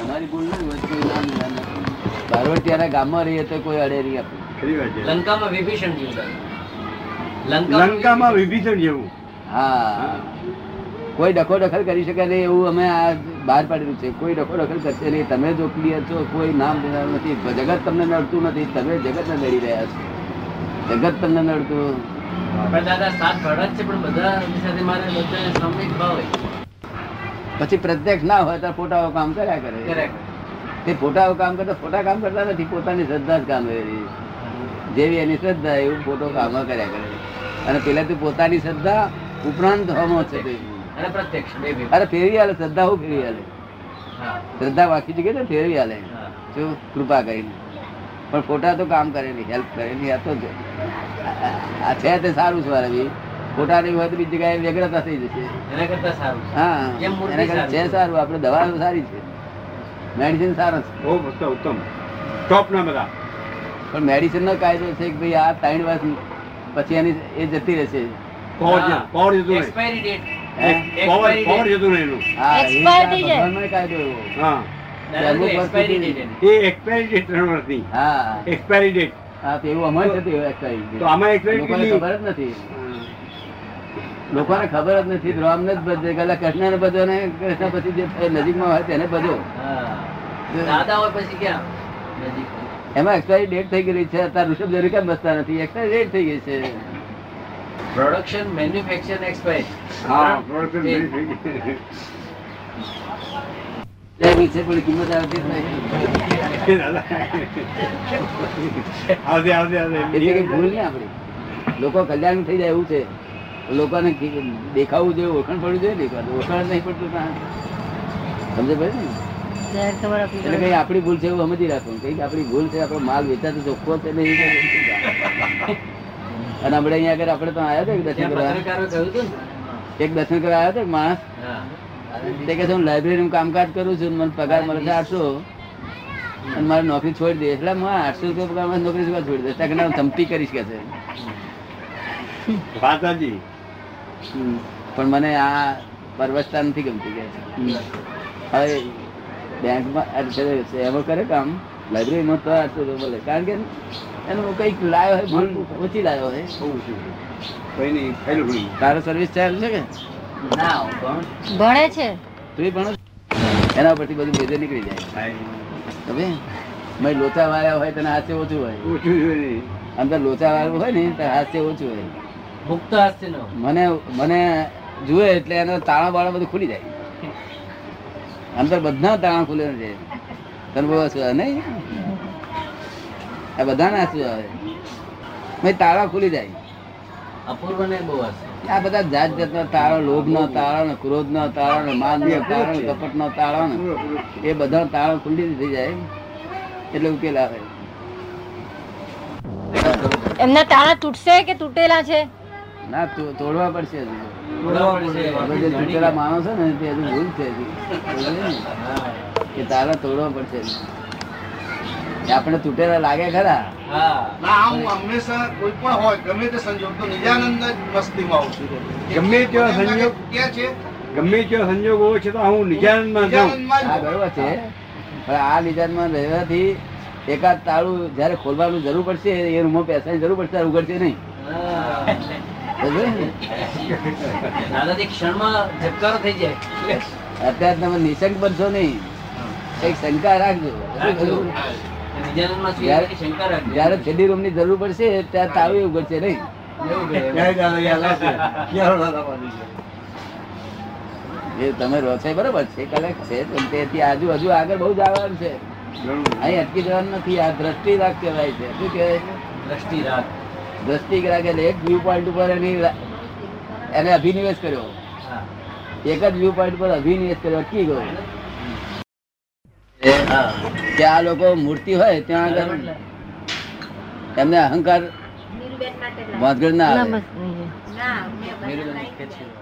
અમારી ભૂલ નહીં હોય તો કોઈ ના નિરાને આપે. બારોટિયાના ગામમાં રહીએ તો કોઈ અડે નહીં આપણે. ખરી વાત છે. લંકામાં વિભીષણ જેવું લાગે લંકામાં વિભીષણ જેવું હા કોઈ ડખો ડખલ કરી શકે નહીં એવું અમે આ બહાર પાડેલું છે કોઈ ડખો ડખલ કરશે નહીં તમે જો ક્લિયર છો કોઈ નામ દેનારું નથી જગત તમને નડતું નથી તમે જગતને નડી રહ્યા છો જગત તમને નડતું પણ દાદા સાત ભાડા જ છે પણ બધા એમની સાથે મારે બધાને સામયિક ભાવ હોય પછી પ્રત્યક્ષ ના હોય તો ફોટાઓ કામ કર્યા કરે Correct. તે ફોટાઓ કામ કરતા ફોટા કામ કરતા નથી પોતાની શ્રદ્ધા જ કામ કરી જેવી એની શ્રદ્ધા એવું ફોટો કામ કર્યા કરે અને પેલા તો પોતાની શ્રદ્ધા ઉપરાંત હોમો છે તે. અને પ્રત્યક્ષ બે ભેગા. અરે ફેરવી આલે શ્રદ્ધા હું ફેરવી આલે હા શ્રદ્ધા બાકી જગ્યાએ તો ફેરવી આલે હા. જો કૃપા કરીને પણ ફોટા તો કામ કરે નહીં હેલ્પ કરે નહીં આ તો જ. આ- આ છે તે સારું છે મારે બી ફોટા નહીં હોય તો બીજી જગ્યાએ વ્યગ્રતા થઈ જશે એના કરતા સારું છે. હા કેમ મૂર્તિ એના કરતાં છે સારી? સારું આપણે દવા સારી છે મેડિસિન સારા છે બહુ મસ્ત ઉત્તમ ટોપ ના બધા પણ મેડિસિનનો કાયદો છે કે ભાઈ આ ત્રણ વર્ષ પછી એની એ જતી રહેશે પાવર હા. જ- પાવર જતું નહીં. Expiry date. હે? Power Expiry power date. જતું નહીં એનું હા એ Expire થઈ જાય. ભગવાનનો કાયદો એવો. હા દાદા, અમુક તો વસ્તુ expiry બી- date એની. એ expiry date ત્રણ વર્ષની હા Expiry date. હા તો એવું અમારે થતું એવું expiry date. તો આમાં expiry લોકોને કેટલી? ખબર જ નથી લોકોને ખબર જ નથી રામને જ બધે પેલા કૃષ્ણને બધો ને કૃષ્ણ પછી જે નજીકમાં હોય તેને બધો હા. દાદા હોય પછી ક્યાં નજીક એમાં એક્સપાયરી ડેટ થઈ ગયેલી છે અત્યારે ઋષભ જરૂર કેમ બસતા નથી એક્સપાયરી ડેટ થઈ ગઈ છે પ્રોડક્શન મેન્યુફેક્ચર એક્સપાયરી હા production very big. લેવી છે પણ કિંમત આવતી જ નથી. દાદા. આવજે, આવજે, આવજે. એટલે કે ભૂલ નહીં આપણી લોકો કલ્યાણ થઈ જાય એવું છે લોકોને કી- દેખાવું જોઈએ ઓળખાણ પડવું જોઈએ ને એકવાર. ઓળખાણ જ નહીં પડતું કાં? સમજ પડી ને જાહેર ખબર આપી એટલે કઈ આપણી ભૂલ છે એવું સમજી રાખવું કઈ આપણી ભૂલ છે આપણો માલ વેચાતો ચોખ્ખો છે ને એ કઈ ભૂલ છે. અને આપણે અહીંયા આગળ આપણે તો આવ્યા હતા એક દર્શન કરવા એક પત્રકારો કહ્યું હતું ને દર્શન કરવા આવ્યો હતો એક માણસ હા. તે કે છે, હું લાઇબ્રેરીનું કામકાજ કરું છું ને મને પગાર મળે છે આઠસો અને મારે નોકરી છોડી દે એટલે હું આઠસો રૂપિયા પગાર માં નોકરી શું કામ છોડી દે ત્યાં કે ના, હું ધમકી કરીશ કે છે વાત સાચી. હમ. પણ મને આ પરવસતા નથી ગમતી કે છે. હવે બેંકમાં અરે પેલે સેવા કરે કામ લાઇબ્રેરીમાં તો આઠસો રૂપિયા મળે કારણ કે એનું કંઈક લાયો હોય ભૂલ ઓછી લાયો હોય બહુ ઓછું છે. કઈ નહીં, ફાઇલ ભરી. તારો સર્વિસ ચાલુ છે કે ના હું કોણ? ભણે છે તું એ ભણો એના પરથી બધું મેજર નીકળી જાય હવે મેં લોચા વાળા હોય તને હાથે ઓછું હોય ઓછું છે નહીં. અંદર લોચા વાળું હોય ને તો હાસ્ય ઓછું હોય મુક્ત હસ્તી નો મને મને જુએ એટલે એનો તાણા બાણા બધું ખુલી જાય અંદર બધા તાણા ખુલે છે તને બહુ હસવું આવે નહીં આ બધાને હસવું આવે ભાઈ તાળા ખુલી જાય અપૂર્વ ને બહુ હશે આ બધા જાત જાતનો તાળો લોભનો તાળો ને ક્રોધનો તાળો ને માનનો તાળો ને કપટનો તાળો ને પૂરો, પૂરો. એ બધા તાળો ખુલ્લી થઈ જાય એટલે ઉકેલ આવે એમના તાળા તૂટશે કે તૂટેલા છે ના તો- તોડવા પડશે હજુ. બરાબર છે. હવે જે તૂટેલા માણસો ને તે હજુ ભૂલ છે હજી. સમજ્યો ને? હા. કે તારા તોડવા પડશે હજુ. એ આપણે તૂટેલા લાગે ખરા હા ના હું હંમેશા કોઈ પણ હોય ગમે તે સંજોગ તો નિજાનંદ જ મસ્તીમાં આવું છું ગમે તેવા મને એમ લાગે સંજોગ ક્યાં છે ગમે તેવા સંજોગો હોય છે તો હું નિજાનંદમાં જાઉં નિજાનંદમાં જ આ બરોબર છે પણ આ નિદાનમાં રહેવાથી એકાદ તાળું જ્યારે ખોલવાનું જરૂર પડશે એ રૂમમાં પૈસાની જરૂર પડશે ત્યારે ઉઘડશે નહીં હા. સમજ્યો ને? દાદાજી ક્ષણમાં ઝબકારો થઈ જાય અત્યારે તમે નિશંક બનશો નહીં એક શંકા રાખજો રાખજો. નિજાનંદમાં છું જ્યારે- એની શંકા રાખજો. જ્યારે છેલ્લી રૂમની જરૂર પડશે ત્યારે તાળું એ ઉઘડશે નહીં એવું કહે. જય દાદા, યાદ આવશે. ક્યાં દાદા પાસે છે? એ તમે રહો છો એ બરોબર છે કલેક્ટ છે પણ તેથી આજુ હજુ આગળ બહુ જ આવવાનું છે ઘણું. અહીં અટકી જવાનું નથી આ દ્રષ્ટિ રાખ કહેવાય છે શું કહેવાય છે દ્રષ્ટિ રાખ દ્રષ્ટિ રાખ એટલે એક વ્યૂ પોઈન્ટ ઉપર એની રા- એને અભિનિવેશ કર્યો હા. એક જ વ્યૂ પોઈન્ટ પર અભિનિવેશ કર્યો અટકી ગયો હા. કે આ લોકો મૂર્તિ હોય ત્યાં આગળ એમને અહંકાર વાંધગઢ ના આવે નમસ્તે મેરુદંડ ખેંચી લો.